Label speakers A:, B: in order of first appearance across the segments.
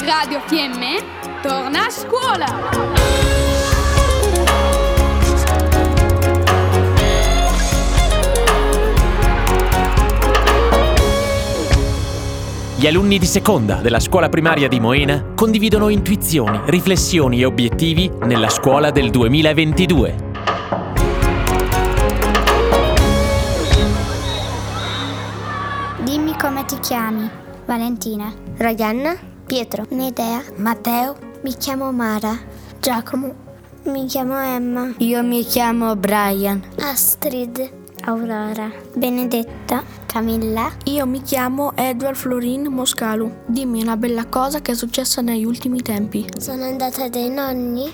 A: Radio Fiemme torna a scuola!
B: Gli alunni di seconda della scuola primaria di Moena condividono intuizioni, riflessioni e obiettivi nella scuola del 2022.
C: Dimmi come ti chiami. Valentina.
D: Royanna,
C: Pietro. Medea.
D: Matteo,
C: Mi chiamo Mara. Giacomo. Mi chiamo Emma.
D: io mi chiamo Brian.
C: Astrid. Aurora. Benedetta. Camilla.
E: Io mi chiamo Edward Florin Moscalu. Dimmi una bella cosa che è successa negli ultimi tempi.
C: Sono andata dai nonni.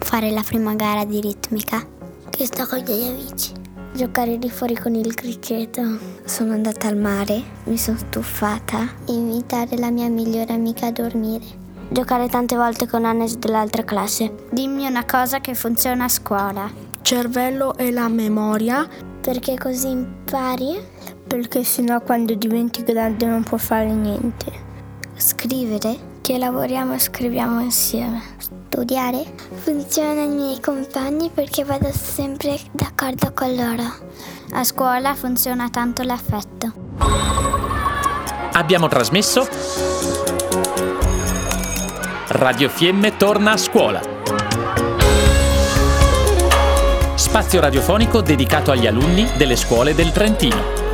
C: Fare la prima gara di ritmica. Che sto con gli amici. Giocare lì fuori con il criceto. Sono andata al mare. Mi sono stufata. Invitare la mia migliore amica a dormire. Giocare tante volte con Hannes dell'altra classe.
D: Dimmi una cosa che funziona a scuola.
E: Cervello e la memoria.
C: Perché così impari?
D: Perché sennò quando diventi grande non puoi fare niente.
C: Scrivere? Che lavoriamo e scriviamo insieme. Studiare? Funziona ai miei compagni perché vado sempre d'accordo con loro.
D: A scuola funziona tanto l'affetto.
B: Abbiamo trasmesso Radio Fiemme torna a scuola. Spazio radiofonico dedicato agli alunni delle scuole del Trentino.